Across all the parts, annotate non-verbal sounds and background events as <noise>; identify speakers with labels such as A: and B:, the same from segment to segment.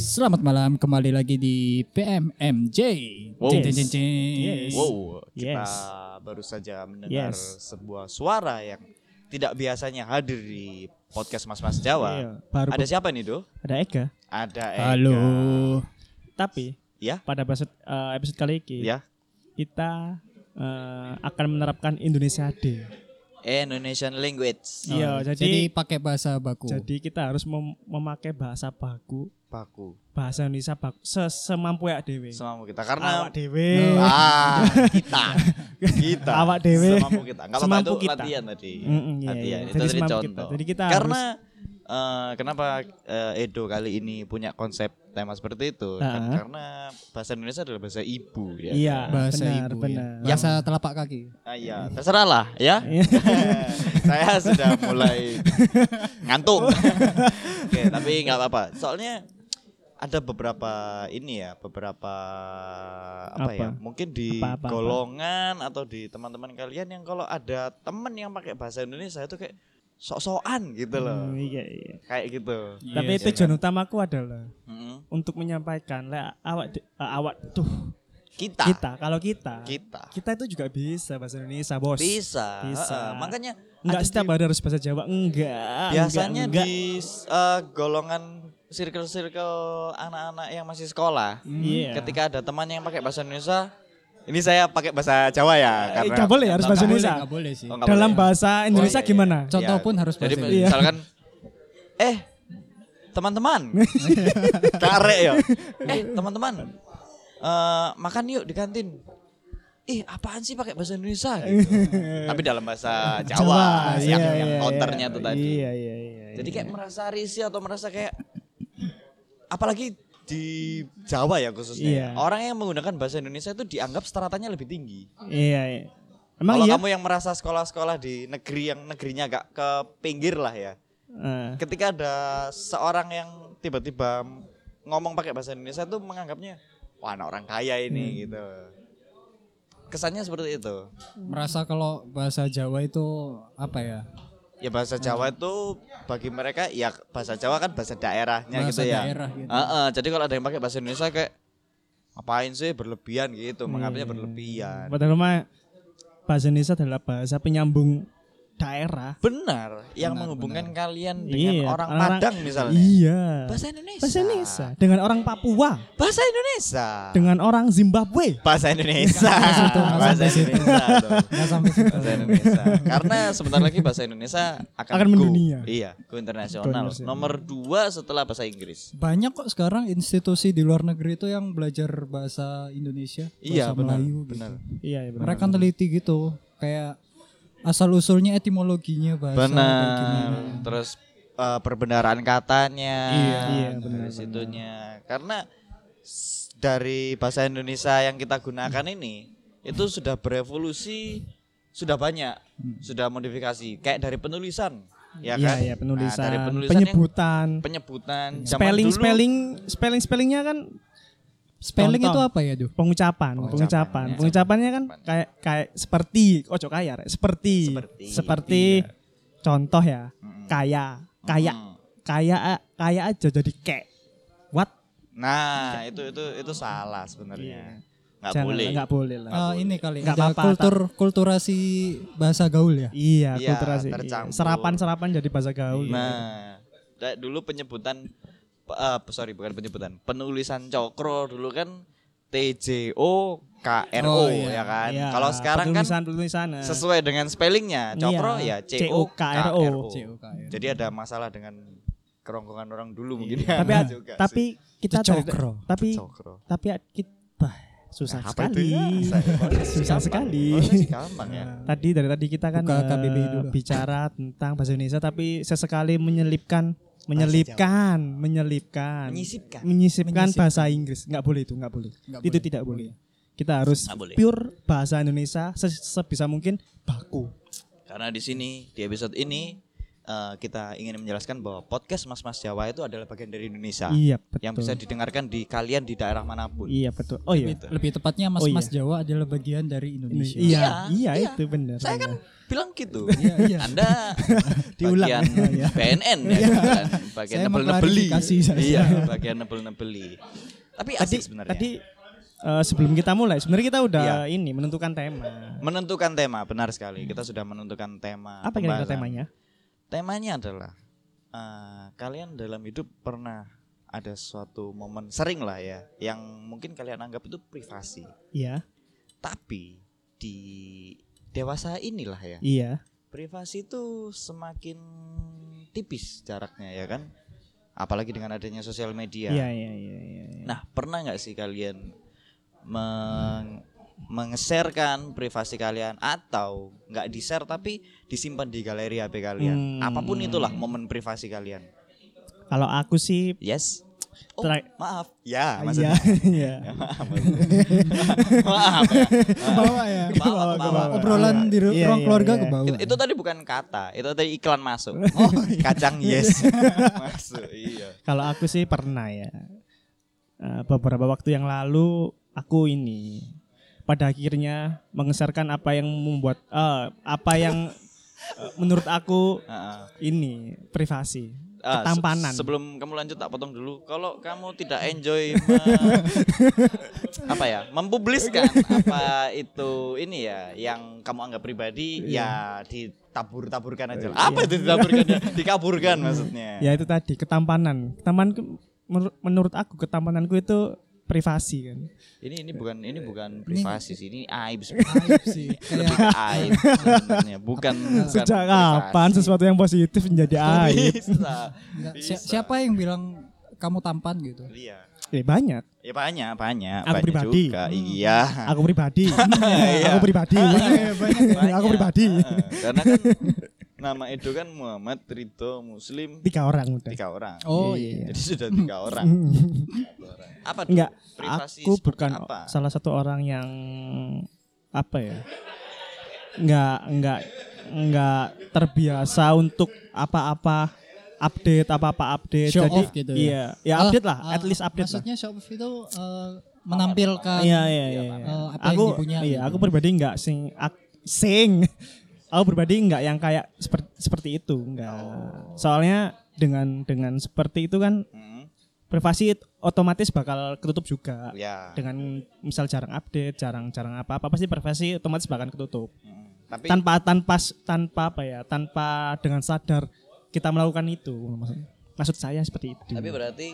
A: Selamat malam kembali lagi di PMMJ.
B: Wow.
A: Jeng, jeng, jeng, jeng.
C: Yes.
B: Wow, kita
C: Yes.
B: baru saja mendengar
C: Yes.
B: sebuah suara yang tidak biasanya hadir di podcast Mas Mas
C: Iya,
B: Jawa.
C: baru
B: Ada siapa nih, Do?
C: ada Ega.
B: Ada Eka.
A: Halo.
C: Tapi
B: Ya?
C: pada episode, eh, episode kali ini
B: Ya.
C: kita eh, akan menerapkan Indonesia D.
B: Ya? Indonesian language.
C: Iya,
A: Oh,
C: jadi-
A: pakai bahasa baku.
C: Jadi kita harus mem- memakai bahasa baku,
B: Paku.
C: bahasa Indonesia baku sesemampu ya dewe.
B: Semampu kita karena
C: Awak dewe. <laughs>
B: ah kita kita
C: Awak dewe.
B: semampu kita. Kalau
C: Semampu
B: Semampu
C: kita.
B: latihan tadi.
C: Mm-mm, iya,
B: latihan.
C: iya.
B: Itu
C: Jadi
B: tadi
C: semampu
B: contoh.
C: kita. Jadi kita
B: karena eh, kenapa eh, Edo kali ini punya konsep tema seperti itu kan
C: Ah.
B: karena bahasa Indonesia adalah bahasa ibu ya.
C: Iya,
A: bahasa
C: benar,
A: ibu. ya.
C: benar.
A: Bahasa telapak kaki.
B: Ah, iya, terserah lah ya.
C: Iya,
B: <laughs> Saya sudah mulai ngantuk. Oke, tapi nggak apa-apa. Soalnya ada beberapa ini ya, beberapa apa,
C: Apa?
B: ya? Mungkin di
C: Apa, apa, apa.
B: golongan atau di teman-teman kalian yang kalau ada temen yang pakai bahasa Indonesia itu kayak sok-sokan gitu
C: Hmm,
B: loh.
C: iya, iya.
B: Kayak gitu. Hmm.
C: Tapi
A: Yes.
C: tujuan utamaku adalah
B: Mm-mm.
C: untuk menyampaikan lah awak de- eh, awak tuh
B: Kita. Kita.
C: kita kalau kita, kita itu juga bisa bahasa Indonesia, Bos.
B: Bisa. Heeh,
C: Bisa.
B: Makanya
C: Enggak
B: ada
C: setiap
B: di-
C: hari harus bahasa Jawa, enggak.
B: biasanya
C: enggak, enggak.
B: di eh, golongan circle-circle anak-anak yang masih sekolah
C: Iya.
B: ketika ada teman yang pakai bahasa Indonesia ini saya pakai bahasa Jawa ya
C: Eh,
B: karena
C: nggak boleh, harus bahasa
B: Nggak-
C: Indonesia.
A: Nggak boleh sih.
B: Oh, nggak
C: dalam
B: boleh.
C: bahasa Indonesia
B: iya, iya.
C: gimana?
A: Contoh
B: Iya.
A: pun harus
B: jadi
A: bahasa
C: Iya.
A: Indonesia.
B: misalkan <laughs> eh
C: <laughs>
B: teman-teman karek
C: Iya.
B: ya eh teman-teman eh, makan yuk di kantin ih apaan sih pakai bahasa
C: <laughs>
B: Indonesia gitu. tapi dalam bahasa Jawa, yang,
C: iya,
B: yang
C: iya,
B: counternya
C: iya.
B: tuh tadi
C: Iya, iya, iya.
B: Jadi kayak merasa risih atau merasa kayak apalagi di Jawa ya
C: Iya.
B: khususnya. Orang yang menggunakan bahasa Indonesia itu dianggap stratanya lebih tinggi.
C: Iya, iya. Emang
B: Kalau
C: iya?
B: kamu yang merasa sekolah-sekolah di negeri yang negerinya agak ke pinggir lah ya.
C: Eh,
B: Ketika ada seorang yang tiba-tiba ngomong pakai bahasa Indonesia itu menganggapnya wah anak orang kaya
C: Hmm.
B: ini gitu. Kesannya seperti itu.
A: Merasa kalau bahasa Jawa itu apa ya?
B: Ya bahasa Jawa itu bagi mereka ya bahasa Jawa kan bahasa daerahnya
A: Bahasa
B: gitu ya.
A: daerah gitu.
B: Heeh, jadi kalau ada yang pakai bahasa Indonesia kayak ngapain sih berlebihan gitu, menganggapnya berlebihan.
C: padahal mah bahasa Indonesia adalah bahasa penyambung daerah.
B: Benar, yang menghubungkan kalian dengan
C: Iya,
B: orang,
C: orang-orang-
B: Padang misalnya.
C: Iya.
B: Bahasa Indonesia. Ah.
C: Bahasa Indonesia dengan orang Papua,
B: Bahasa Indonesia.
C: dengan orang Zimbabwe.
B: Bahasa Indonesia. Bahasa Indonesia. dong.
A: Nggak sampai situ.
B: Bahasa Indonesia. Karena sebentar lagi bahasa Indonesia akan,
C: Akan
B: go.
C: mendunia.
B: Iya, go internasional.
C: Internasional.
B: Nomor dua setelah bahasa Inggris.
A: Banyak kok sekarang institusi di luar negeri itu yang belajar bahasa Indonesia, bahasa
B: Iya, benar,
A: Melayu gitu.
B: benar.
C: Iya, iya, benar.
B: Ya
A: Mereka teliti gitu, kayak asal usulnya etimologinya bahasa kayak
B: benar
A: gimana.
B: terus eh, perbendaharaan katanya
C: Iya,
B: benar situnya karena s- dari bahasa Indonesia yang kita gunakan ini itu sudah berevolusi sudah banyak sudah modifikasi kayak dari penulisan ya
C: Hmm. Iya,
B: kan
C: iya, penulisan,
B: Nah, dari penulisan yang-
C: penyebutan,
B: penyebutan zaman
C: spelling,
B: dulu-
C: spelling, spelling, spellingnya kan
A: Spelling
C: Contoh.
A: itu apa ya, Duh?
C: pengucapan, pengucapan. Pengucapannya kan kayak kayak seperti, ojo kaya, Rek. seperti,
B: Seperti, Iya.
C: seperti, contoh ya, kaya, kaya,
B: Mm.
C: kaya, kaya aja jadi kek. What?
B: nah itu itu itu salah sebenarnya nggak
C: Iya. Jangan,
B: boleh Oh.
C: Nggak boleh lah.
A: Ah, ini kali
C: Nggak
A: ada
C: apa-apa,
A: kultur kulturasi bahasa gaul ya.
C: Iya,
B: Iya,
C: kulturasi. iya.
B: tercampur.
C: Serapan-serapan jadi bahasa gaul.
B: Nah, da- dulu penyebutan pe- eh, sorry bukan penyebutan, penulisan cokro dulu kan TJO KRO
A: Oh, iya.
B: ya kan.
C: Iya,
B: Kalau sekarang kan
C: penulisan-penulisan. eh.
B: sesuai dengan spellingnya cokro
C: Iya,
B: ya CO KRO.
A: COKRO.
B: Jadi ada masalah dengan kerongkongan orang dulu mungkin. ya.
C: Iya. tapi
B: Juga
C: tapi
B: sih.
C: kita
A: Cokro.
C: tapi
B: cokro.
C: tapi kita bah, susah
B: Apa itu
C: sekali.
B: ya? Saya-
C: <laughs> susah sekali.
B: Proses gampang ya.
C: Tadi dari tadi kita kan
A: Buka
C: eh,
A: KBBI dulu.
C: bicara tentang bahasa Indonesia tapi sesekali menyelipkan menyelipkan menyelipkan
B: Menyisipkan.
C: menyisipkan bahasa Inggris nggak boleh itu nggak boleh
A: Nggak
C: itu
A: boleh.
C: tidak boleh kita harus
B: Nggak boleh.
C: pure bahasa Indonesia se- sebisa mungkin baku
B: Karena di sini di episode ini eh, kita ingin menjelaskan bahwa podcast Mas Mas Jawa itu adalah bagian dari Indonesia
C: Iya, betul.
B: Ah, yang bisa didengarkan di kalian di daerah manapun.
C: Iya betul. Oh iya.
B: Gitu.
A: Lebih tepatnya
C: Oh, iya.
A: mas-mas Jawa adalah bagian dari Indonesia.
C: Iya,
B: Iya,
C: iya,
B: iya.
C: itu benar.
B: Saya kan
C: benar.
B: bilang gitu.
A: Iya, iya.
B: Anda
C: <laughs> Diulang.
B: bagian
C: Iya.
B: BNN ya, bukan bagian
A: Saya
B: nebel-nebeli.
A: mengklarifikasi saya.
B: Iya, bagian nebel-nebeli. Tapi
C: tadi
B: asik sebenarnya.
C: tadi eh, sebelum kita mulai sebenarnya kita udah
B: Iya.
C: ini menentukan tema.
B: menentukan tema, benar sekali. Kita sudah menentukan tema.
C: Apa kira-kira
B: pembahasan.
C: temanya?
B: Temanya adalah eh, kalian dalam hidup pernah ada suatu momen sering lah ya yang mungkin kalian anggap itu privasi.
C: Iya.
B: Tapi di dewasa inilah ya.
C: Iya.
B: Privasi itu semakin tipis jaraknya ya kan. Apalagi dengan adanya sosial media.
C: Iya, iya, iya, iya. iya.
B: Nah, pernah nggak sih kalian meng mengeserkan privasi kalian atau nggak di-share tapi disimpan di galeri HP kalian?
C: Hmm.
B: Apapun itulah momen privasi kalian.
C: Kalau aku sih
B: Yes. Oh,
C: Try-
B: maaf. Ya,
C: iya,
B: maksudnya.
C: <laughs>
B: <laughs>
A: <laughs>
C: iya.
B: maaf. maaf ya.
A: Kebawa
B: <laughs>
A: ya.
B: Kebawa, kebawa.
A: Obrolan di ru-
C: Iya,
A: ruang
C: iya,
A: keluarga
C: iya.
A: ke bawah.
B: It- itu tadi bukan kata, itu tadi iklan masuk. Oh, kacang <laughs> yes. masuk. Iya.
C: Kalau aku sih pernah ya. Eh, beberapa waktu yang lalu aku ini pada akhirnya mengeserkan apa yang membuat eh, apa yang eh, menurut aku
B: Heeh.
C: ini privasi,
B: Ah, se-
C: ketampanan.
B: sebelum kamu lanjut tak potong dulu. Kalau kamu tidak
C: <laughs>
B: enjoy me- apa ya? Mempubliskan apa itu ini ya yang kamu anggap pribadi
C: Iya.
B: ya ditabur-taburkan aja. lah. Apa itu ditaburkan? ya? Dikaburkan maksudnya.
C: Ya itu tadi ketampanan. Ketampanan menur- menurut aku ketampananku itu privasi kan.
B: Ini ini bukan ini bukan privasi sih. Ini
C: <laughs>
B: aib sebenarnya.
A: Aib sih.
B: Lebih
C: Iya.
A: Kayak
B: ke aib sebenarnya. Bukan bukan
C: Sejak
B: privasi.
C: kapan sesuatu yang positif
B: <laughs>
C: menjadi aib?
B: Bisa.
A: enggak, si- siapa yang bilang kamu tampan gitu?
B: Iya.
C: Ya banyak.
B: Ya banyak banyak.
C: Aku
B: banyak
C: pribadi. Hmm.
B: Juga. Iya.
C: <laughs> Aku pribadi.
A: <laughs> Iya.
C: aku pribadi. <laughs> aku pribadi.
B: Heeh, Karena kan nama Edo kan Muhammad Ridho Muslim
C: Tiga orang udah.
B: tiga orang.
A: Oh iya.
C: Iya.
B: Jadi sudah tiga orang. Apa tuh?
C: Enggak,
B: Privasi
C: aku bukan
B: apa?
C: salah satu orang yang apa ya? Enggak, enggak, enggak terbiasa untuk apa-apa update, apa-apa update.
A: Show
C: Jadi
A: off gitu ya?
C: iya, ya
A: Ah,
C: update lah,
A: ah,
C: at least update lah.
A: Maksudnya show off itu eh, menampilkan
C: Iya, iya, iya.
A: eh, apa
C: aku
A: yang dipunya.
C: iya,
A: gitu.
C: aku pribadi enggak sing ak- sing. <laughs> aku pribadi enggak yang kayak seperti seperti itu, enggak. Soalnya dengan dengan seperti itu kan
B: Oh. Hmm,
C: privasi otomatis bakal ketutup juga.
B: ya.
C: dengan misal jarang update, jarang-jarang apa-apa pasti privasi otomatis bahkan ketutup.
B: Hmm, Tapi
C: Tanpa tanpa tanpa apa ya? Tanpa dengan sadar kita melakukan itu maksud, maksud saya
A: Hmm.
C: seperti itu.
B: tapi berarti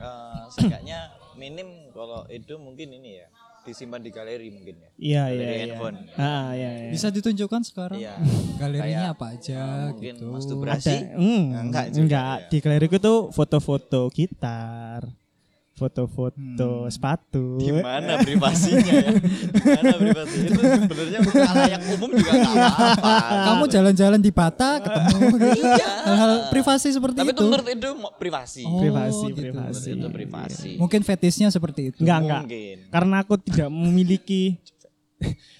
B: eh, seenggaknya minim kalau Edo mungkin ini ya disimpan di galeri mungkin ya.
C: Iya iya
B: Dari
C: iya.
B: handphone.
C: Ah iya iya.
A: Bisa ditunjukkan sekarang
B: Iya.
A: <laughs> galerinya
B: Kayak,
A: apa aja
B: eh, mungkin
A: gitu.
B: masturbasi.
C: Hmm,
B: Enggak
C: enggak
B: juga, ya.
C: di galeriku itu foto-foto gitar, foto-foto
B: Hmm.
C: sepatu.
B: Gimana privasinya ya? Gimana privasinya? Itu sebenarnya untuk layak umum juga enggak apa-apa.
A: Kamu jalan-jalan di Bata
C: <laughs>
A: ketemu
B: Iya.
A: <laughs> hal-hal privasi seperti
B: Tapi itu
A: itu.
B: menurut Edo mo- privasi.
A: Oh,
C: privasi,
A: gitu.
C: privasi.
B: Itu privasi.
A: Mungkin fetishnya seperti itu.
C: Enggak, enggak.
B: Mungkin.
C: Karena aku tidak memiliki <laughs>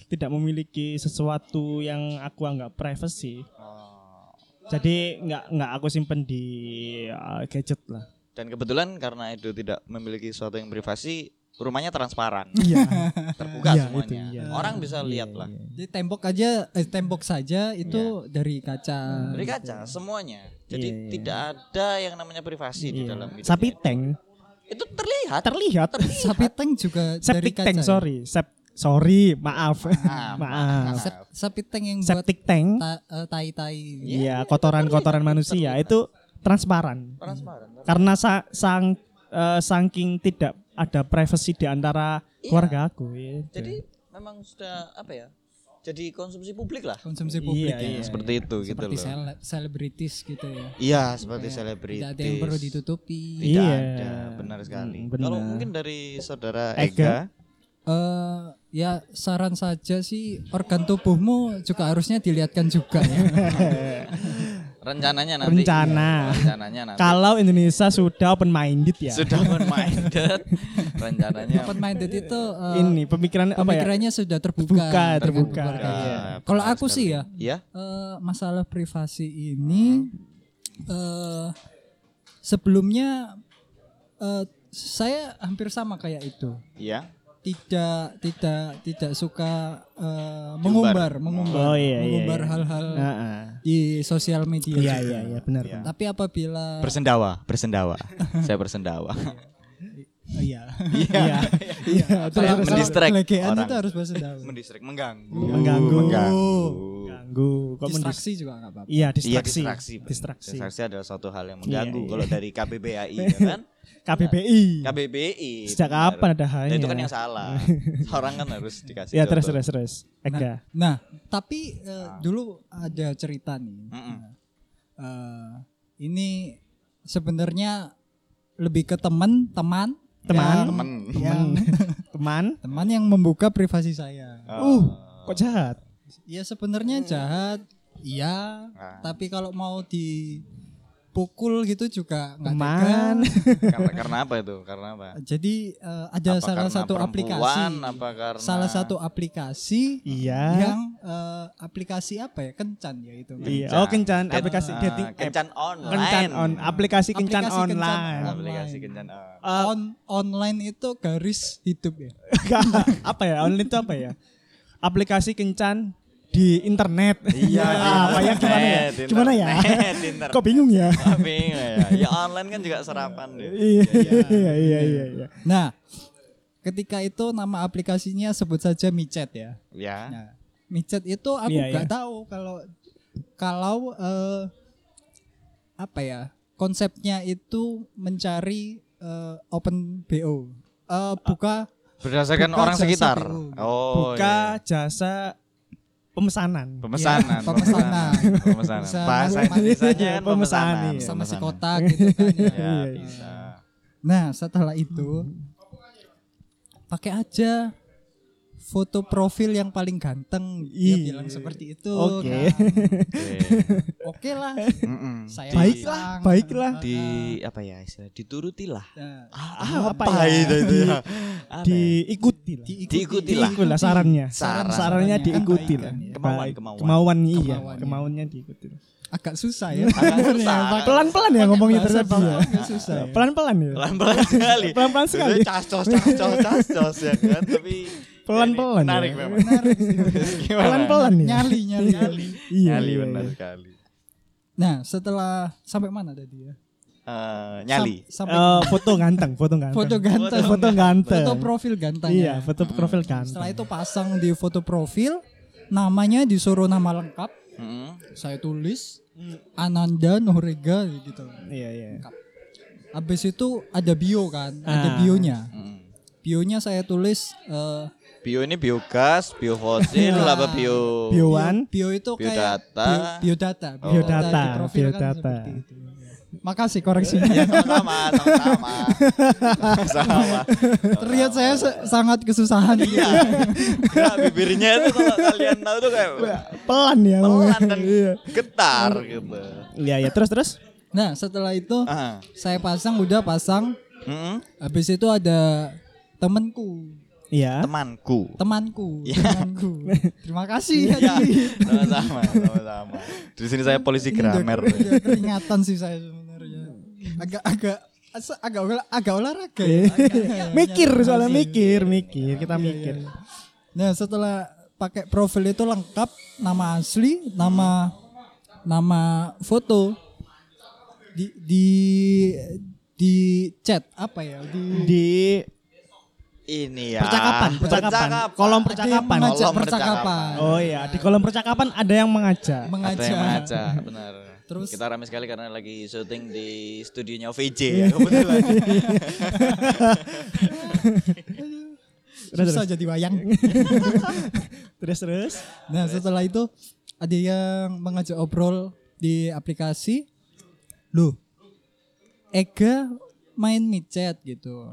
C: tidak memiliki sesuatu yang aku anggap privacy.
B: Oh.
C: Jadi nggak nggak aku simpen di uh, gadget lah.
B: Dan kebetulan karena Edo tidak memiliki sesuatu yang privasi, rumahnya transparan,
C: <laughs> Iya.
B: terbuka
C: Iya,
B: semuanya.
C: itu, iya.
B: Orang bisa lihat lah.
A: <laughs> Jadi tembok aja eh, tembok saja itu
B: Iya.
A: dari kaca.
B: Dari kaca semuanya. Jadi
C: Iya, iya.
B: tidak ada yang namanya privasi di dalam hidupnya.
C: Sapi tank
B: itu terlihat.
C: terlihat.
A: Sapi tank juga dari
C: Septic
A: kaca.
C: tank
A: ya?
C: sorry. Sep sorry maaf
B: Ah, maaf.
C: <laughs> maaf.
A: Sep- sapi tank yang buat
C: Septic tank.
A: ta- eh, tai-tai.
C: Iya kotoran-kotoran manusia itu transparan.
B: transparan.
C: Karena sa sang eh, saking tidak ada privacy di antara keluarga aku. gitu.
B: Jadi memang sudah apa ya? Jadi konsumsi publik lah.
A: Konsumsi publik
C: Iya,
A: ya.
C: iya.
B: Seperti itu gitu
A: Seperti
B: loh.
A: sele- selebritis gitu ya.
B: Iya, seperti
A: Tidak
B: selebritis.
A: ada yang perlu ditutupi.
B: Tidak
C: Iya.
B: ada, benar sekali.
C: Mm, benar.
B: Kalau mungkin dari saudara Ega,
C: Ega.
A: eh ya saran saja sih organ tubuhmu juga harusnya dilihatkan juga
B: <laughs>
A: ya.
B: rencananya nanti Iya,
C: Rencana.
B: rencananya nanti
C: Kalau Indonesia sudah open minded ya.
B: sudah open
C: <laughs>
B: minded rencananya
A: Open minded itu eh,
C: Ini pemikiran Iya. apa ya?
A: pemikirannya sudah terbuka.
C: Terbuka,
A: dengan
C: terbuka.
B: Iya. Ah,
A: keluarga.
C: Iya.
A: Kalau aku sih ya
B: ya
A: eh, masalah privasi ini eh, sebelumnya eh, saya hampir sama kayak itu.
B: Iya.
A: Tidak tidak tidak suka eh, mengumbar mengumbar
C: Oh, iya, iya,
A: mengumbar
C: iya.
A: hal-hal
C: Heeh.
A: di sosial media.
C: Iya
A: juga.
C: iya iya benar.
B: Iya.
C: benar.
A: Tapi apabila
B: Bersendawa, bersendawa. <laughs> saya bersendawa.
A: Oh, iya.
C: Iya.
A: <laughs>
C: Iya.
A: Kalau-
B: Saya
A: kalau
B: mendistract
A: legean
B: orang.
A: itu harus bahasa Jawa.
B: Mendistrik, mengganggu.
C: Uh, Mengganggu.
B: Mengganggu.
C: Ganggu. Kok mendis-
A: Distraksi juga nggak apa-apa.
C: Iya
B: Iya,
C: distraksi.
B: distraksi.
C: Distraksi.
B: Distraksi adalah suatu hal yang mengganggu
C: Iya,
B: kalau dari KBBI
C: <laughs>
B: ya kan.
C: KBBI.
B: Iya. KBBI.
C: Sejak
B: benar.
C: kapan ada hanya?
B: Nah, itu kan yang
C: <laughs>
B: salah. Orang kan harus dikasih.
C: Ya terus
B: contoh.
C: terus terus. Ega.
A: Nah, tapi eh, dulu ada cerita nih.
B: Mm-mm.
A: Eh, ini sebenarnya lebih ke teman, teman,
C: Teman.
A: yang-
C: <laughs>
B: Temen.
A: yang
C: Teman.
A: teman yang membuka privasi saya.
B: Ah.
C: Uh, kok jahat?
A: Ya sebenarnya jahat, iya.
B: Ah.
A: Tapi kalau mau dipukul gitu juga nggak
C: Teman.
A: tega.
B: karena, karena apa itu? Karena apa?
A: Jadi eh, ada
B: Apa
A: salah
B: karena
A: satu aplikasi,
B: perempuan, apa karena-
A: salah satu aplikasi
C: Iya.
A: yang eh, aplikasi apa ya kencan ya itu. kan.
C: Iya. Oh kencan
B: Ket-
C: aplikasi
B: ah,
C: dating app.
B: Kencan online.
C: Kencan on aplikasi kencan
A: Aplikasi kencan.
C: online. <laughs>
B: Aplikasi
A: online.
B: kencan online.
A: On online itu garis hidup ya.
C: apa ya online itu apa ya? Aplikasi kencan di internet. <laughs>
B: Iya, di
C: Ah, apa ya gimana ya?
B: internet, di
C: Gimana ya?
B: internet, di internet.
C: Kok bingung ya?
B: Tapi ya, ya online kan juga serapan deh.
C: Iya iya iya iya. iya.
A: Nah, ketika itu nama aplikasinya sebut saja micet ya.
B: Ya.
A: Nah, micet itu aku
C: Iya,
A: nggak
C: iya.
A: tahu kalau kalau eh, apa ya konsepnya itu mencari eh, open bo Eh, buka
B: Berdasarkan
A: Buka
B: orang
A: jasa
B: sekitar.
A: PU.
B: Oh.
C: Buka
B: iya.
C: jasa pemesanan.
B: pemesanan.
C: ya,
A: Iya, pemesanan.
B: Pemesanan.
A: Pemesanan.
B: Bahasa Indonesia
C: Pemesanan,
B: kan pemesanan.
C: iya.
A: sama si
B: Pemesanan.
A: kotak gitu kan ya.
B: Ya,
C: Iya,
B: bisa.
A: Nah, setelah itu pakai aja foto profil yang paling ganteng. Dia
C: Ih.
A: bilang seperti itu.
C: Oke.
A: Nah,
B: Oke.
A: Oke lah.
B: Mm-mm.
A: Saya
B: Di-
C: Baiklah,
A: bilang,
C: baiklah.
A: eh,
B: Di apa ya istilah diturutilah.
A: eh,
C: Ah, apa
B: Apa
C: ya?
B: itu itu
C: Di-
B: ya? Apa ya?
C: Diikuti lah.
A: diikuti.
B: Diikuti lah.
C: Diikuti lah sarannya.
B: Saran-
C: Sarannya
A: sarannya kan
C: diikuti
A: baik
C: lah.
A: kan ya.
B: Kemauan,
C: Baik.
B: kemauan.
C: Kemauan, iya.
A: Kemauan, iya.
C: Kemauannya diikuti. lah.
A: Agak susah ya.
B: Agak susah.
C: Pelan-pelan ya ngomongnya
A: Bahasa
C: terus ya.
A: Bawang agak susah ya.
C: Pelan-pelan ya.
B: pelan-pelan sekali.
C: Pelan-pelan sekali.
B: Biasanya Cas-cos, cas-cos, cas-cos ya kan. Tapi ini
C: Pelan-pelan
B: Menarik
C: ya.
B: memang.
A: Menarik sih.
B: Gimana?
C: Pelan-pelan ya.
A: Nyali, nyali, nyali.
C: Iya.
B: Nyali
C: iya,
B: benar
C: iya.
B: sekali.
A: Nah, setelah sampai mana tadi ya?
B: Eh, nyali.
A: Sam- sampai
C: Eh, foto ganteng, foto ganteng.
A: foto ganteng.
C: Foto ganteng.
A: Foto profil ganteng.
C: Iya,
A: ya.
C: foto profil ganteng.
A: Setelah itu pasang di foto profil, namanya disuruh nama lengkap,
B: Mm-mm.
A: saya tulis Ananda Norega gitu.
C: Iya, iya.
A: Habis itu ada bio kan, ada
C: Ah.
A: bionya.
B: Mm.
A: Bionya saya tulis eh,
B: Bio ini biogas, biofosil,
A: Nah.
B: apa bio?
C: Iya. Bio one,
A: bio itu kayak
B: Biodata.
A: bio- biodata,
B: Oh.
C: Biodata,
A: di profil kan
C: biodata.
A: seperti itu. Makasih koreksinya.
B: Ya sama-sama, sama-sama. sama.
A: <laughs> Terlihat saya se- sangat kesusahan.
B: Iya. Nah, bibirnya itu kalau kalian tahu tuh kayak
C: pelan ya.
B: pelan dan
C: Iya.
B: getar gitu.
C: Iya, iya. Terus terus.
A: Nah, setelah itu
B: Ah.
A: saya pasang udah pasang.
B: Mm-mm.
A: Habis itu ada temanku,
C: Iya.
B: Temanku.
A: temanku,
B: Iya. <laughs>
A: temanku. Terima kasih.
B: Iya, sama-sama, sama-sama. Di sini saya polisi
A: Ini udah-
B: grammar.
A: udah Iya, keringatan sih saya sebenarnya. Agak agak asa- agak olah- agak olahraga. ya. Agak-
C: mikir
A: Iya,
C: soalnya
A: iya.
C: mikir, mikir. Kita
A: Iya,
C: mikir.
A: iya. Nah, setelah pakai profil itu lengkap nama asli, nama nama foto di di di chat apa ya? Di
C: Di
B: Ini ya.
C: percakapan, percakapan. Kolom
A: Ada
C: percakapan.
A: yang mengajak
B: Kolom
A: percakapan.
C: Oh iya, di kolom percakapan ada yang mengajak.
B: Ada
A: mengajak.
B: yang ngaca, benar.
A: Terus-
B: kita ramai sekali karena lagi syuting di studionya VJ ya kebetulan.
A: Susah jadi wayang.
C: Terus terus.
A: Nah, setelah itu ada yang mengajak obrol di aplikasi. Loh, Ega main micet gitu.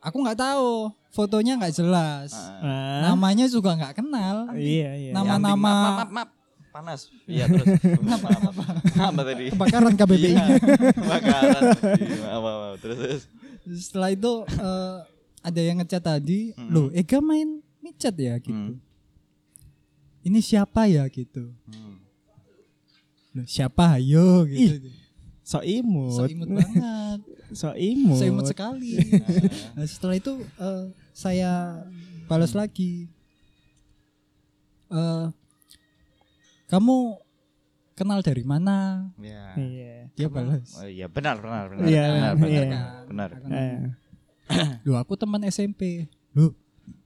A: Aku nggak tahu, fotonya nggak jelas.
C: Ah,
A: Namanya juga nggak kenal.
C: iya iya.
A: Nama-nama
B: Map, map, map. Panas. Iya terus. Maaf, maaf. Apa tadi?
A: kebakaran KBBI. <laughs>
B: Iya, Bakaran. Iya, maaf, maaf, maaf. Terus terus.
A: Setelah itu eh, ada yang ngechat tadi,
C: Hmm.
A: "Loh, Ega main micet ya?" gitu. Ini siapa ya gitu.
B: Hmm.
A: Loh, siapa ayo gitu.
C: sok imut.
A: Seimut banget.
C: Sok imut.
A: Seimut sekali. <laughs> Nah, setelah itu eh, saya balas lagi. Eh, kamu kenal dari mana?
B: Iya.
C: Iya.
A: Dia balas.
B: Oh, iya, benar, benar, benar.
C: Iya,
B: benar,
C: iya.
B: benar, benar.
A: Nah,
C: Eh,
A: Loh aku teman SMP. Loh,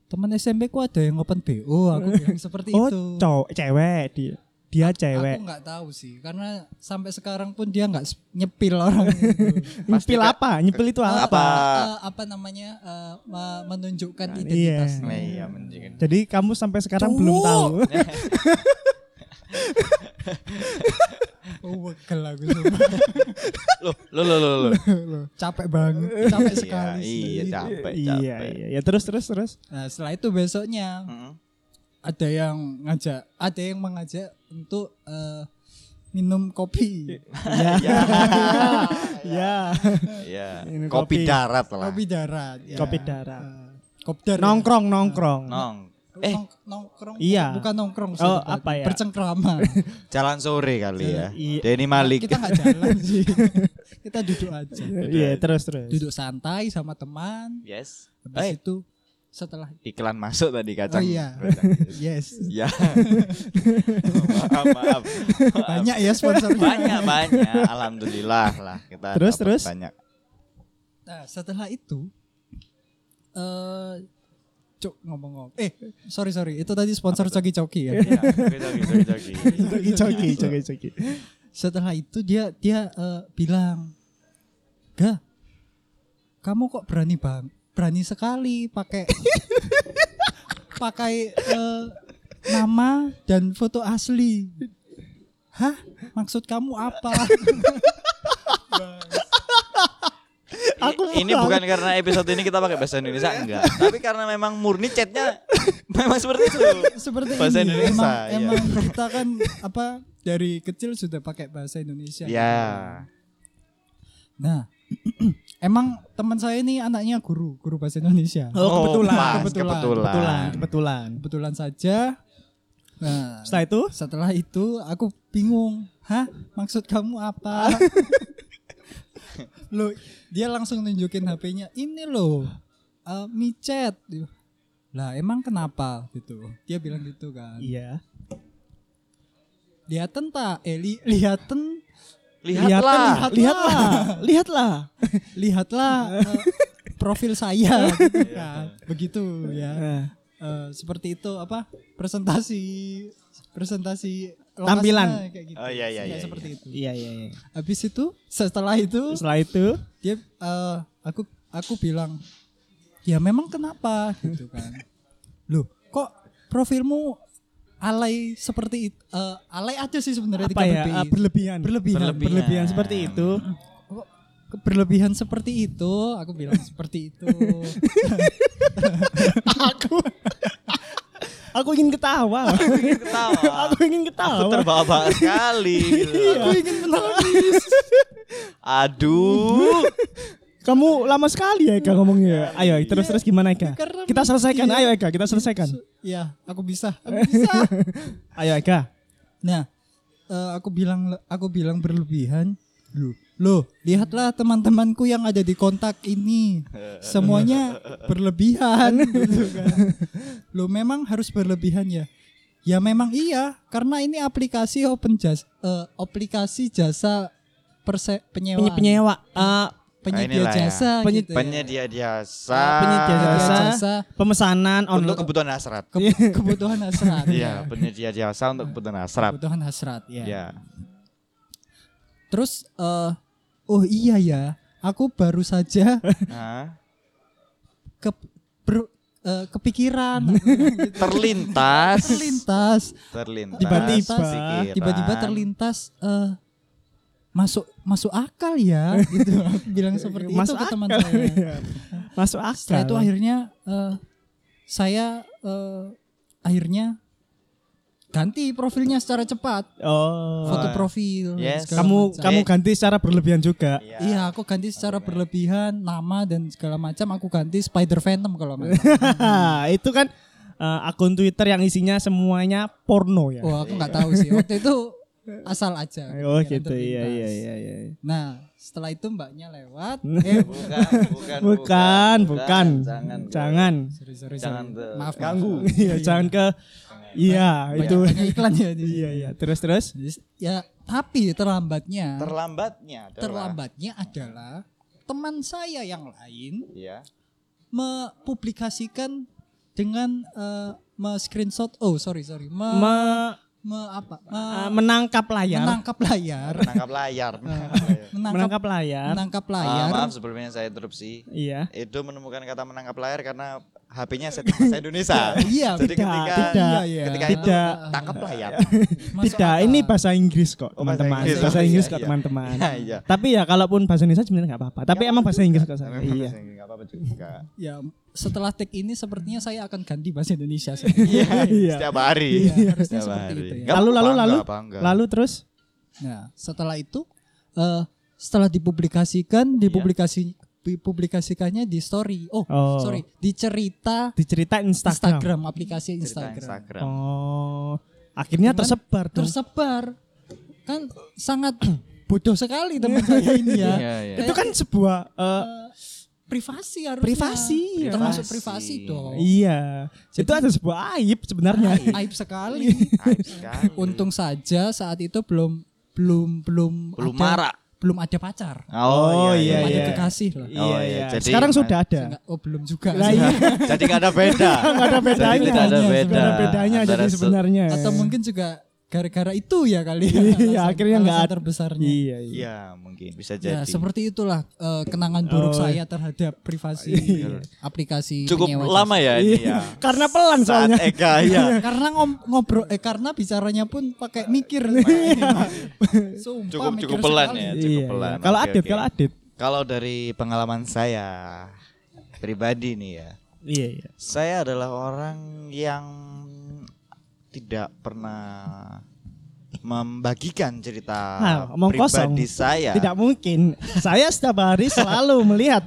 A: teman SMP ku ada yang open BO, aku bilang seperti
C: Oh,
A: itu.
C: cowok cewek dia. Dia cewek.
A: Aku nggak tahu sih, karena sampai sekarang pun dia nggak s- nyepil orang. itu.
B: Pasti
C: Nyepil
B: ke-
C: apa? Nyepil itu apa?
B: Apa?
A: Eh, <laughs> apa namanya? eh, me- menunjukkan
C: Nah,
A: identitasnya.
B: Nah, iya, mendingan.
C: Jadi kamu sampai sekarang belum
A: Cowok.
C: tahu.
A: Oh, wegel aku sumpah.
B: Loh, loh, loh, loh, loh.
A: Loh, capek banget, capek
B: Iya,
A: sekali. sih.
B: iya, capek,
C: <laughs> iya,
B: capek.
C: iya, ya terus terus terus.
A: Nah, setelah itu besoknya
B: Mm-mm.
A: ada yang ngajak, ada yang mengajak untuk eh, minum kopi.
B: Iya.
C: Ya. <laughs>
B: Iya.
C: Ini
B: Kopi
C: kopi.
B: darat lah.
A: Kopi darat. ya.
C: Kopi darat.
A: Eh, kopdar. ya.
C: Nongkrong nongkrong.
B: Nong.
A: Eh,
B: Eh,
A: nongkrong.
C: Iya.
A: Bukan nongkrong sih.
C: Oh,
A: tepatnya.
C: apa ya?
A: Bercengkrama.
B: jalan sore kali ya.
C: Iya.
B: Denny <laughs> Malik.
A: Kita nggak jalan sih.
B: <laughs>
A: Kita duduk aja.
C: Iya, terus terus.
A: Duduk santai sama teman.
B: Yes.
A: Habis
B: Eh,
A: itu setelah
B: iklan masuk tadi
A: Oh,
B: kacang.
A: iya. yes.
B: Ya. maaf, maaf. Maaf.
A: Banyak ya sponsornya.
B: Banyak, banyak. Alhamdulillah lah kita
C: Terus,
B: dapat
C: terus?
B: banyak.
A: Nah, setelah itu eh Cuk ngomong-ngomong. Eh, sorry sorry, itu tadi sponsor Coki Coki
B: <laughs>
A: ya.
B: Iya, oke, jogi, jogi, jogi.
C: Coki coki coki coki.
A: Setelah itu dia dia eh, bilang, "Gah, kamu kok berani bang, berani sekali
B: <laughs>
A: pakai pakai eh, nama dan foto asli." Hah? Maksud kamu apa?
B: <laughs>
C: Aku
B: ini
C: mau-
B: bukan karena episode ini kita pakai bahasa
C: <laughs>
B: Indonesia enggak, tapi karena memang murni chatnya <laughs> memang seperti itu.
A: Seperti
B: Bahasa
A: ini.
B: Indonesia,
A: emang,
B: iya.
A: emang kita kan apa dari kecil sudah pakai bahasa Indonesia.
B: Ya.
A: Nah, <clears throat> emang teman saya ini anaknya guru, guru bahasa Indonesia. Nah,
C: Oh, kebetulan,
B: pas,
A: kebetulan,
C: kebetulan,
B: kebetulan.
C: kebetulan.
A: Kebetulan saja. Nah,
C: Setelah itu
A: setelah itu aku bingung, hah, maksud kamu
C: <laughs>
A: apa? loh, dia langsung nunjukin HP-nya. Ini loh, eh, micet. Lah, emang kenapa gitu? Dia bilang gitu kan.
C: Iya.
A: Lihaten tak? Eh, li- lihaten
B: Lihatlah.
C: lihatlah, lihatlah.
A: <laughs> lihatlah eh, profil
B: <laughs>
A: saya
B: Iya,
A: gitu kan. begitu ya Eh, seperti itu apa presentasi presentasi lokasinya
C: Tampilan.
A: kayak gitu
B: Oh, iya, iya,
A: Ya,
B: iya,
A: seperti itu
C: Iya, iya, iya.
A: habis itu setelah itu
C: Setelah itu
A: dia eh, aku aku bilang ya memang kenapa gitu kan loh kok profilmu alay seperti itu Eh, alay aja sih sebenarnya di
C: apa ya?
A: KBBI.
C: ah, Berlebihan.
A: Berlebihan.
C: berlebihan. seperti itu.
A: Kok berlebihan seperti itu aku bilang seperti
C: <laughs>
A: itu
C: aku aku ingin ketawa.
B: Ketawa.
C: <laughs> aku ingin
B: Aku
C: ketawa.
B: terbawa sekali. gitu.
C: Iya.
A: aku ingin menangis
B: Aduh.
C: Kamu lama sekali ya Eka ngomongnya. Ayo terus terus gimana Eka?
A: Karena
C: Kita selesaikan. Ayo Eka, kita selesaikan.
A: ya aku bisa aku bisa
C: Ayo Eka.
A: Nah, eh, aku bilang aku bilang berlebihan. Loh, loh, lihatlah teman-temanku yang ada di kontak ini. Semuanya berlebihan gitu kan. Loh, memang harus berlebihan ya. Ya memang iya, karena ini aplikasi open jas eh, aplikasi jasa perse, penyewaan.
C: Penye penyewa ah,
A: Penyedia
B: Nah, inilah ya.
A: jasa
C: Penye-
A: gitu ya.
B: Penyedia jasa.
C: Iya. Nah, penyedia
A: Penyedia
C: jasa,
A: jasa.
C: pemesanan
B: Untuk
C: online.
B: kebutuhan hasrat.
A: Ke-
C: <laughs>
A: kebutuhan hasrat.
B: Iya, penyedia jasa untuk kebutuhan hasrat.
A: Kebutuhan hasrat, ya.
B: Iya.
A: Terus eh, oh iya ya, aku baru saja
C: <laughs>
B: Hah?
A: ke ber- eh, kepikiran
B: Terlintas.
A: terlintas
B: Terlintas.
C: Tiba-tiba.
B: pikiran.
A: tiba-tiba terlintas eh, masuk masuk akal ya gitu Aku bilang seperti
C: Masuk
A: itu ke teman
C: akal.
A: saya
C: <laughs>
A: Nah,
C: Iya. Masuk akal.
A: setelah itu akhirnya eh, saya eh, akhirnya ganti profilnya secara cepat
C: Oh.
A: foto profil
B: Yes.
A: segala
C: kamu
A: macam.
C: kamu ganti secara berlebihan juga.
B: Iya.
A: Iya, aku ganti secara berlebihan nama dan segala macam. Aku ganti Spider Venom kalau
C: <laughs>
A: nggak salah.
C: Hahaha,
A: Iya.
C: <laughs> itu kan eh, akun Twitter yang isinya semuanya porno ya.
A: Oh aku nggak tahu sih. Waktu itu asal aja.
C: Oh
A: pikiran
C: gitu, iya iya
A: terlintas.
C: iya iya.
A: Nah, setelah itu mbaknya lewat.
C: <laughs>
A: eh,
B: Bukan, bukan,
C: Bukan, bukan.
B: Jangan,
C: Jangan. <laughs>
A: sorry, sorry,
B: Jangan,
A: sorry.
B: eh,
A: Maaf,
C: Ganggu.
A: maaf.
C: Iya, jangan ke Iya, itu.
A: Banyak iklan ya. di sini.
C: <laughs> Iya, iya. Terus terus.
A: Jadi, Ya, tapi terlambatnya,
B: Terlambatnya. adalah-
A: terlambatnya adalah teman saya yang lain
B: Iya.
A: mempublikasikan dengan eh, me-screenshot. Oh, sorry, sorry. Me,
C: Me-
A: me- apa? Me-
C: eh, menangkap layar.
A: menangkap layar.
B: Menangkap
C: <laughs>
B: layar. menangkap layar.
A: Menangkap
C: Menangkap layar.
A: menangkap
B: Ah,
A: layar.
B: maaf sebelumnya saya interupsi.
C: Iya.
B: Edo menemukan kata menangkap layar karena HP-nya setting bahasa
C: <laughs>
B: Indonesia.
A: Iya,
B: <laughs> Jadi
A: tidak,
B: ketika
A: tidak, iya.
B: ketika itu
C: Tidak.
B: tangkap layar.
A: Masuk
C: Tidak,
A: akal.
C: ini bahasa Inggris kok,
B: Oh, bahasa
C: teman-teman.
B: Inggris.
C: Bahasa Inggris
B: Iya,
C: kok,
B: iya.
C: teman-teman.
B: Iya, <laughs> iya.
C: Tapi ya kalaupun bahasa Indonesia sebenarnya nggak apa-apa. Tapi emang bahasa Inggris kok. saya.
B: Memang
C: <laughs> <laughs> Iya.
B: bahasa Inggris, nggak apa-apa juga.
A: Ya, setelah tag ini sepertinya saya akan ganti bahasa Indonesia.
C: <laughs>
A: sih.
C: Iya, iya.
B: Setiap hari.
A: Iya, harusnya
B: Setiap
A: seperti
B: hari.
A: itu ya.
B: Nggak
C: Lalu, lalu,
B: apa-apa,
C: lalu.
B: nggak apa-apa.
C: Lalu terus
A: Nah, setelah itu eh, setelah
B: Iya.
A: dipublikasikan, dipublikasi dipublikasikannya di story. Oh,
C: Oh.
A: sorry, di cerita
C: dicerita Instagram.
A: Instagram, aplikasi
B: Cerita
A: Instagram.
B: Instagram.
C: Oh, akhirnya
A: Cuman
C: tersebar dong.
A: Tersebar. Kan sangat bodoh sekali teman saya ini ya.
B: Iya, iya.
C: itu kan sebuah eh,
A: Eh, privasi harusnya.
C: Privasi, ya.
A: Termasuk
B: Privasi.
A: privasi dong.
C: iya, itu ada sebuah aib sebenarnya.
A: Oh. Aib sekali.
B: Aib sekali.
A: Untung saja saat itu belum belum belum
B: Belum
A: ada-
B: marak.
A: belum ada pacar,
C: Oh, iya,
A: belum ada
C: iya.
A: kekasih
C: <laughs>
A: lah.
B: Oh, iya. Jadi-
C: Sekarang sudah ada.
A: Enggak, oh belum juga.
C: Lah,
A: sih.
C: iya.
B: <laughs> Jadi nggak ada beda.
C: Enggak ada bedanya.
B: Jadi tidak ada
C: Nggak
B: beda.
C: bedanya
B: Antara
C: jadi
B: se-
C: sebenarnya.
A: Atau mungkin juga gara-gara itu ya kali. ya,
C: <laughs> Iya,
A: alasan-
C: akhirnya nggak
A: alasan
C: ada.
A: terbesarnya.
C: Iya, iya.
B: Iya, mungkin bisa
A: Ya,
B: jadi.
A: seperti itulah eh, kenangan buruk
C: Oh.
A: saya terhadap privasi aplikasi
B: Cukup
A: penyewa jasa.
B: lama ya ini ya.
C: <laughs> Karena pelan
B: Saat
C: soalnya. Iya.
B: Eka
C: <laughs>
B: ya.
A: Karena ngom- ngobrol eh karena bicaranya pun pakai mikir. Sumpah,
B: Cukup
A: mikir
B: cukup pelan
A: sekali.
B: ya, cukup
C: Iya.
B: pelan.
C: Kalau
B: Oke,
C: adit,
B: oke.
C: kalau adit.
B: Kalau dari pengalaman saya pribadi nih ya.
C: Iya, iya.
B: Saya adalah orang yang tidak pernah membagikan cerita
C: Ah, omong kosong.
B: pribadi saya.
C: Tidak mungkin. Saya setiap hari
B: <laughs>
C: selalu melihat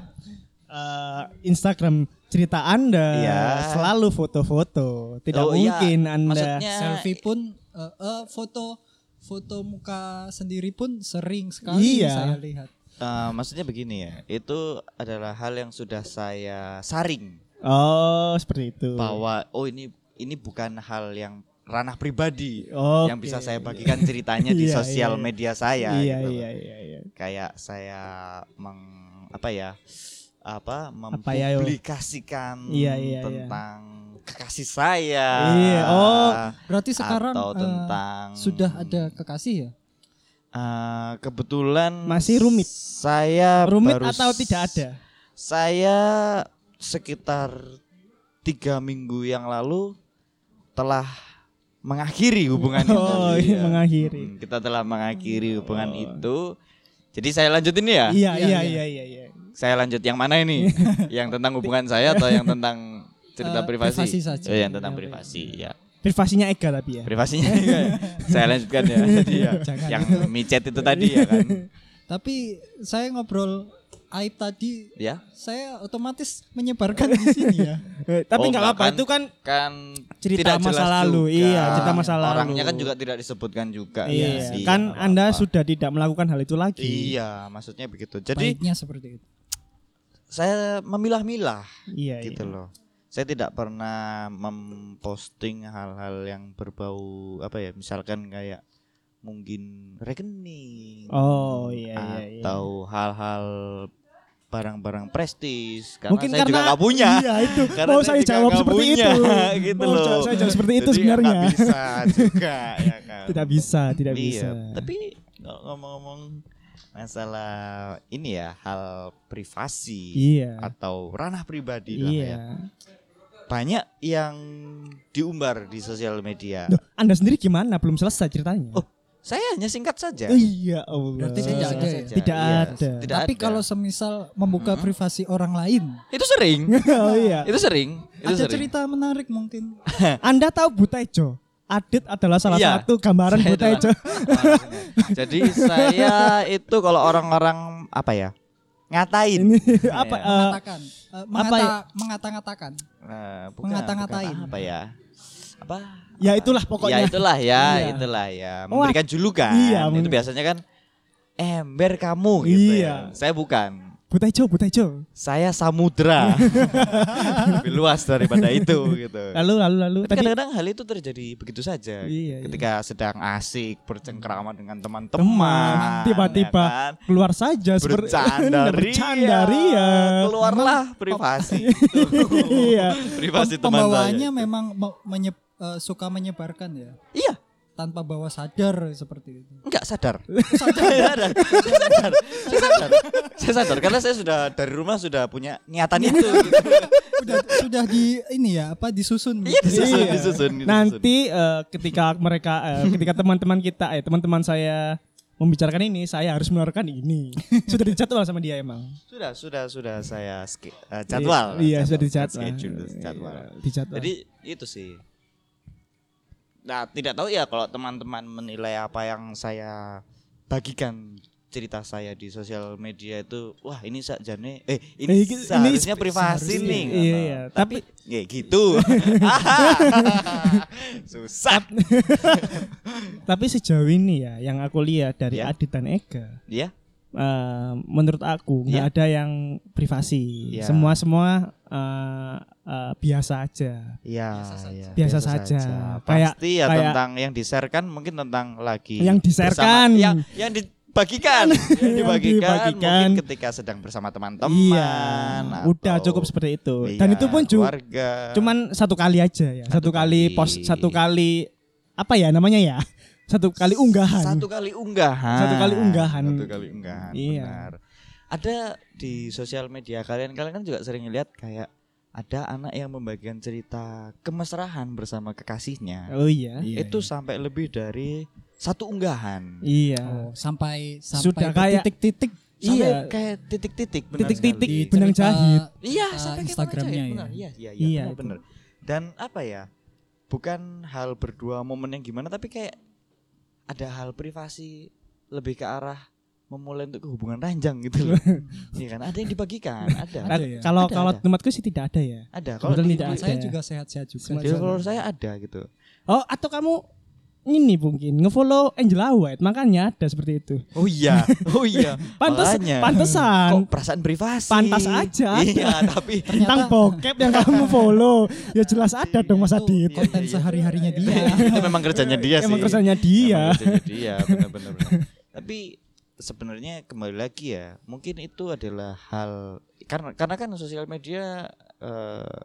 C: eh, Instagram cerita Anda,
B: Iya.
C: selalu foto-foto. Tidak
B: Oh, iya.
C: mungkin Anda.
B: Maksudnya
A: selfie pun eh, eh, foto foto muka sendiri pun sering sekali
C: Iya.
A: saya lihat.
B: Eh, maksudnya begini ya, itu adalah hal yang sudah saya saring
C: Oh, seperti itu.
B: bahwa oh ini ini bukan hal yang ranah pribadi
C: Oke.
B: yang bisa saya bagikan ceritanya di
C: <laughs> Iya,
B: sosial
C: iya, iya.
B: media saya.
C: Iya,
B: gitu loh.
C: iya, iya, iya.
B: Kayak saya meng apa ya apa
C: Apa ya, yo?
B: mempublikasikan
C: Iya, iya, iya.
B: tentang kekasih saya.
C: Iya, oh.
A: Berarti sekarang
B: atau
A: eh,
B: tentang
A: sudah ada kekasih ya?
B: Eh, kebetulan
C: Masih rumit.
B: Saya
C: Rumit
B: baru
C: atau tidak
B: <laughs>
C: ada?
B: Saya sekitar tiga minggu yang lalu telah mengakhiri hubungan itu.
C: Oh, iya, mengakhiri. Oh.
B: Hmm, Kita telah mengakhiri hubungan itu. Jadi saya lanjutin ini ya.
C: Iya,
A: Iya,
C: iya, iya, iya, iya.
B: Saya lanjut yang mana
C: <laughs>
B: ini? yang tentang hubungan saya atau yang tentang cerita
A: Eh,
B: privasi?
A: privasi saja.
B: Eh, yang
C: Iya,
B: tentang privasi, ya.
C: Privasinya Ega tapi ya. <laughs>
B: Privasinya ya. saya lanjutkan ya. Jadi ya,
A: Jangan.
B: yang micet itu tadi ya kan.
A: Tapi saya ngobrol aib tadi
B: Ya.
A: saya otomatis menyebarkan di sini
C: <laughs>
A: ya.
C: Eh,
B: Oh,
C: tapi nggak apa-apa
B: kan-
C: itu kan
B: kan
C: cerita
B: tidak
C: masa
B: jelas
C: lalu.
B: juga.
C: Iya, cerita masa lalu.
B: Orangnya kan juga tidak disebutkan juga. ya
C: Iya,
B: sih,
C: kan
B: nggak
C: Anda
B: apa-apa.
C: sudah tidak melakukan hal itu lagi.
B: Iya, maksudnya begitu. Jadi
A: Baiknya seperti itu.
B: saya memilah-milah
C: Iya,
B: gitu
C: iya.
B: loh. Saya tidak pernah memposting hal-hal yang berbau apa ya, misalkan kayak mungkin rekening.
C: Oh, iya, iya, iya.
B: Atau hal-hal barang-barang prestis karena
C: Mungkin
B: saya juga
C: karena-
B: nggak punya.
C: iya, itu.
B: Karena
C: Mau saya
B: juga
C: jawab
B: nggak
C: seperti
B: punya,
C: itu.
B: <laughs> gitu
C: Mau
B: loh.
C: jawab- saya jawab seperti itu
B: Jadi ya nggak
C: sebenarnya.
B: bisa juga ya kan.
C: <laughs> Tidak bisa, tidak
B: Iya,
C: bisa.
B: Tapi kalau ngomong-ngomong masalah ini ya hal privasi
C: Iya.
B: atau ranah pribadi lah
C: Iya.
B: ya. Banyak yang diumbar di sosial media.
C: Loh, Anda sendiri gimana? Belum selesai ceritanya.
B: Oh, ya. saya hanya singkat saja.
C: iya Allah.
A: Berarti tidak
B: Singkat
A: ada ya?
B: saja,
C: Tidak
B: iya.
C: ada.
B: Tidak
A: Tapi
B: ada.
A: kalau semisal membuka privasi orang lain,
B: itu sering,
C: <laughs> oh iya.
B: itu sering,
A: ada
B: itu sering.
A: cerita menarik mungkin.
C: Eh, Anda tahu Butejo? Adit adalah salah
B: Ya. Iya.
C: satu gambaran
B: Saya adalah-
C: Butejo.
B: <laughs> Jadi saya itu kalau orang-orang apa ya? Ngatain.
C: <laughs> Apa
B: Ya.
C: eh,
A: Mengatakan, eh, mengata,
C: ya?
A: mengata-ngatakan.
B: Eh, bukan,
A: Mengata-ngatain.
B: bukan apa ya? apa
C: Ya itulah
B: Ya
C: pokoknya.
B: itulah ya,
C: Iya.
B: itulah ya.
C: Wah.
B: Memberikan julukan.
C: Iya,
B: itu
C: men-
B: biasanya kan ember kamu gitu
C: Iya.
B: ya. Saya bukan.
C: Buta hijau, buta hijau.
B: Saya
C: <laughs>
B: samudra. Lebih luas daripada itu gitu.
C: Lalu lalu lalu
B: Tapi
C: tadi
B: kadang-kadang hal itu terjadi begitu saja.
C: Iya, iya.
B: ketika sedang asik bercengkrama dengan
C: teman
B: teman-teman.
C: tiba-tiba
B: ya kan?
C: keluar saja seperti-
B: bercanda ria,
C: <laughs> bercanda ria.
B: keluarlah privasi
C: <laughs> Iya.
B: privasi
A: Pem-
B: teman
A: Pembawaannya
B: saya
A: memang me- menye- eh, suka menyebarkan ya
B: iya
A: tanpa bawa sadar seperti itu.
B: Enggak
C: <laughs>
B: sadar. sadar. Saya sadar. Saya sadar. Saya sadar karena saya sudah dari rumah sudah punya niatan
C: <laughs>
B: itu. gitu.
A: Udah sudah <laughs> di ini ya apa disusun.
B: Iya disusun,
C: Iya.
B: disusun, disusun.
C: Nanti eh, ketika mereka eh, ketika teman-teman kita eh teman-teman saya membicarakan ini, saya harus menawarkan ini. Sudah dijadwal sama dia emang.
B: sudah sudah sudah saya ske- eh, jadwal. Jadwal.
C: Iya, sudah dijadwal.
B: Schedule,
C: Iya,
B: jadwal.
C: dijadwal.
B: Jadi itu sih. Nah, tidak tahu ya kalau teman-teman menilai apa yang saya bagikan cerita saya di sosial media itu wah ini sakjane eh ini,
C: Eh, ini
B: seharusnya
C: se-
B: privasi
C: seharusnya.
B: nih
C: Iya,
B: kata.
C: iya.
B: tapi ya
C: <laughs>
B: gitu <laughs> susah
C: Tapi sejauh ini ya yang aku lihat dari
B: Ya.
C: Adit dan Ega,
B: ya
C: eh, menurut aku nggak
B: Ya.
C: ada yang privasi.
B: Ya.
C: Semua semua biasa aja.
B: ya
A: saja.
B: ya,
C: Biasa saja. Kayak-
B: pasti ya
C: kayak-
B: tentang yang diserkan mungkin tentang lagi
C: Yang diserkan.
B: bersama- yang yang dibagikan <laughs> yang dibagikan,
C: dibagikan.
B: mungkin ketika sedang bersama teman-teman
C: iya.
B: atau-
C: Udah cukup seperti itu.
B: Iya,
C: Dan itu pun juga
B: keluarga
C: Cuman satu kali aja ya. Satu,
B: Satu
C: kali,
B: kali.
C: post, satu kali apa ya namanya ya? <laughs> Satu kali unggahan.
B: Satu kali unggahan.
C: Satu kali unggahan.
B: Satu kali unggahan.
C: Iya.
B: Benar. Ada di sosial media kalian kalian kan juga sering lihat kayak ada anak yang membagikan cerita kemesraan bersama kekasihnya.
C: Oh iya.
B: Itu sampai lebih dari satu unggahan.
C: Iya.
A: Oh, sampai sampai
C: Sudah kayak-
A: titik-titik
B: Sampai
C: iya.
B: kayak titik-titik. benar
C: Titik-titik.
B: sekali.
A: di
C: benang
A: cerita ya?
C: jahit.
B: Iya,
A: cerita
B: sampai kayak
A: Instagramnya ya.
B: mana aja, benar. Iya, iya,
C: Iya,
B: iya, benar,
C: itu.
B: benar. Dan apa ya? Bukan hal berdua momen yang gimana tapi kayak ada hal privasi lebih ke arah memulai untuk hubungan ranjang gitu
C: <laughs>
B: loh. Iya kan? Ada yang dibagikan, ada.
A: Ada ya?
C: Kalau
B: Ada,
C: kalau
B: ada.
C: tempatku sih tidak ada ya.
B: Ada. Kalau
C: Kebetulan
B: di,
C: tidak
A: Saya
C: ada.
A: juga sehat-sehat juga.
B: di follower saya ada gitu.
C: Oh atau kamu ini mungkin ngefollow Angela White makanya ada seperti itu.
B: Oh
C: <laughs>
B: iya, oh iya.
C: Pantes,
B: Makanya.
C: pantesan.
B: Kok perasaan privasi?
C: Pantas aja.
B: Iya, tapi
C: Tentang bokep yang
B: <laughs>
C: kamu follow ya jelas ada dong Mas Adit.
B: Iya,
A: konten
B: iya, iya.
A: sehari-harinya dia.
B: <laughs> itu memang kerjanya dia sih.
C: Emang kesannya dia.
B: Emang iya, kerjanya
C: <laughs>
B: dia, benar-benar. Tapi sebenarnya kembali lagi ya, mungkin itu adalah hal karena karena kan sosial media eh,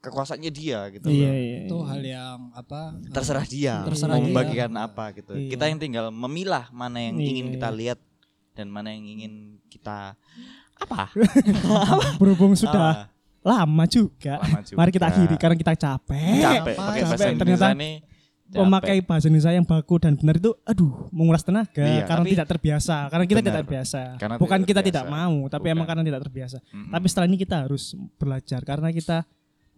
B: kekuasaannya dia gitu
C: Iya
B: loh.
C: iya.
A: itu hal yang apa? eh,
B: Terserah dia
A: Terserah
B: mau
A: dia.
B: membagikan apa gitu.
C: Iya.
B: Kita yang tinggal memilah mana yang
C: Iya,
B: ingin
C: iya.
B: kita lihat dan mana yang ingin kita apa?
C: iya. Berhubung sudah
B: Ah,
C: lama juga. <laughs>
B: Lama juga.
C: Mari kita akhiri karena kita capek.
B: capek pakai
C: Capek,
B: bahasa
C: ternyata
B: Indonesia nih. capek.
C: Memakai bahasa Indonesia yang baku dan benar itu aduh menguras tenaga
B: Iya,
C: karena
B: tapi-
C: tidak terbiasa. Karena kita
B: Benar.
C: tidak terbiasa.
B: Karena
C: Bukan
B: tidak
C: kita
B: terbiasa.
C: tidak mau, tapi
B: Bukan. Hmm.
C: emang karena tidak terbiasa.
B: Mm-mm.
C: Tapi setelah ini kita harus belajar karena kita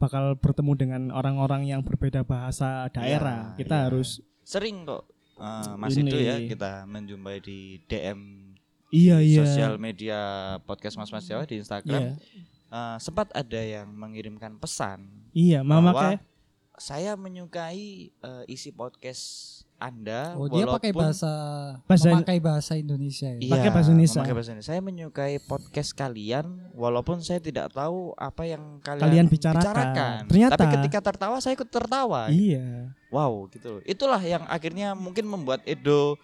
C: bakal bertemu dengan orang-orang yang berbeda bahasa daerah.
B: Iya,
C: kita
B: iya.
C: harus
B: sering kok eh, Mas
C: Ini.
B: itu ya kita menjumpai di DM
C: iya iya.
B: sosial media podcast Mas Mas Jawa di Instagram Eh, sempat ada yang mengirimkan pesan
C: Iya, mama
B: bahwa
C: kayak
B: saya menyukai eh, isi podcast Anda
A: Oh, dia pakai
B: walaupun-
A: bahasa,
C: Bahasa-
A: memakai bahasa Indonesia ya.
B: Iya,
C: pakai bahasa Indonesia.
B: memakai bahasa Indonesia. Saya menyukai podcast kalian walaupun saya tidak tahu apa yang
C: Kalian
B: kalian,
C: bicarakan. Ternyata-
B: Ternyata tapi ketika tertawa saya ikut tertawa.
C: iya.
B: Wow gitu loh. Itulah yang akhirnya mungkin membuat Edo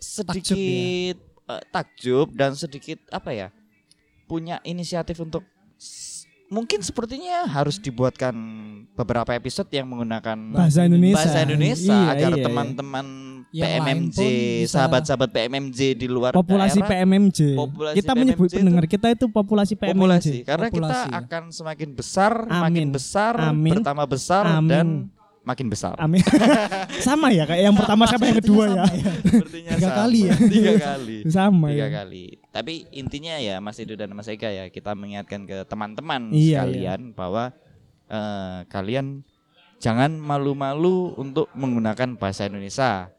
B: sedikit eh,
A: ya.
B: takjub, dan sedikit apa ya punya inisiatif untuk s- mungkin sepertinya harus dibuatkan beberapa episode yang menggunakan
C: Bahasa Indonesia.
B: Nah, bahasa Indonesia
C: Iya,
B: agar
C: iya, iya.
B: teman-teman
A: Yang lain
B: PMMJ,
A: pun bisa-
B: sahabat-sahabat PMMJ di luar
C: populasi
B: daerah,
C: PMMJ.
B: populasi
C: kita menyebut
B: PMMJ itu-
C: pendengar kita itu populasi PMMJ.
B: populasi karena
A: Populasi.
B: kita akan semakin besar, makin
C: Amin.
B: besar,
C: Amin.
B: bertambah besar
C: Amin.
B: dan makin besar.
C: Amin. <laughs> sama ya kayak yang pertama sama yang kedua ya.
B: Sepertinya
A: <laughs> Tiga
B: sama.
A: kali ya?
B: Tiga kali.
C: Sama
B: Tiga
C: ya.
B: kali. Tapi intinya ya Mas Edo dan Mas Ega ya kita mengingatkan ke teman-teman
C: Iya,
B: sekalian bahwa eh, kalian jangan malu-malu untuk menggunakan bahasa Indonesia.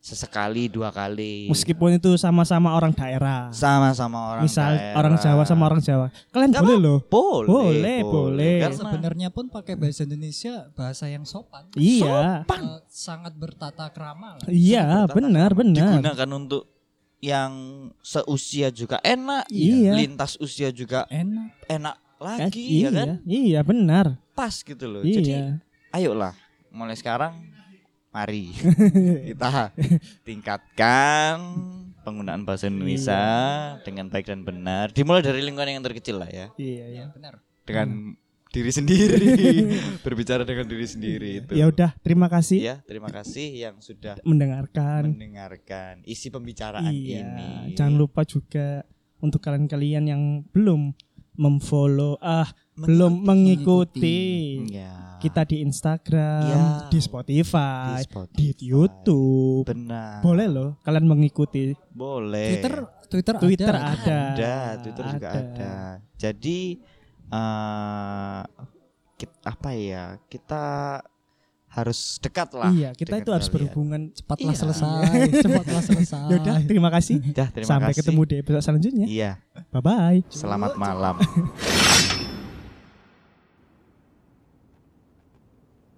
B: sesekali dua kali
C: Meskipun itu sama-sama orang daerah.
B: sama-sama Iya. orang
C: Misal
B: daerah.
C: orang Jawa sama orang Jawa. Kalian
B: Nggak
C: boleh
B: apa-
C: loh.
B: boleh
C: Boleh, boleh.
B: Karena
A: Sebenarnya pun pakai bahasa Indonesia bahasa yang sopan,
C: Iya.
A: eh, sangat bertata krama. lah.
C: Iya, benar, Kan? benar.
B: digunakan untuk yang seusia juga enak
C: Iya.
B: lintas usia juga
A: Enak.
B: enak
C: Kan?
B: lagi
C: Iya,
B: ya kan
C: iya benar.
B: pas gitu loh jadi
C: Iya.
B: ayolah mulai sekarang
C: <laughs>
B: mari kita tingkatkan penggunaan bahasa Indonesia dengan baik dan benar dimulai dari lingkungan yang terkecil lah ya
C: Iya, iya.
A: Benar.
C: Hmm.
B: dengan diri
C: <laughs>
B: sendiri berbicara dengan diri sendiri itu
C: Ya udah, terima kasih
B: ya terima kasih yang sudah
C: mendengarkan.
B: mendengarkan isi pembicaraan
C: Iya.
B: ini
C: Jangan lupa juga untuk kalian-kalian yang belum memfollow ah belum mengikuti
B: ya
C: kita di
B: Iya.
C: Instagram, di Spotify,
B: Di
C: di,
B: Spotify.
C: YouTube.
B: benar
C: Boleh loh kalian mengikuti
B: boleh
A: Twitter Twitter,
C: Twitter
A: ada.
C: ada.
B: ada Twitter juga ada jadi eh kit- apa ya kita harus dekat lah
C: Iya, kita
B: dengan
C: itu harus
B: kalian.
C: berhubungan.
A: Cepatlah
B: Iya.
A: selesai,
B: <laughs>
A: cepatlah selesai.
C: <laughs> Yaudah, terima kasih.
B: Dah, terima
C: Sampai
B: kasih.
C: ketemu di episode selanjutnya.
B: iya
C: Bye bye.
B: selamat malam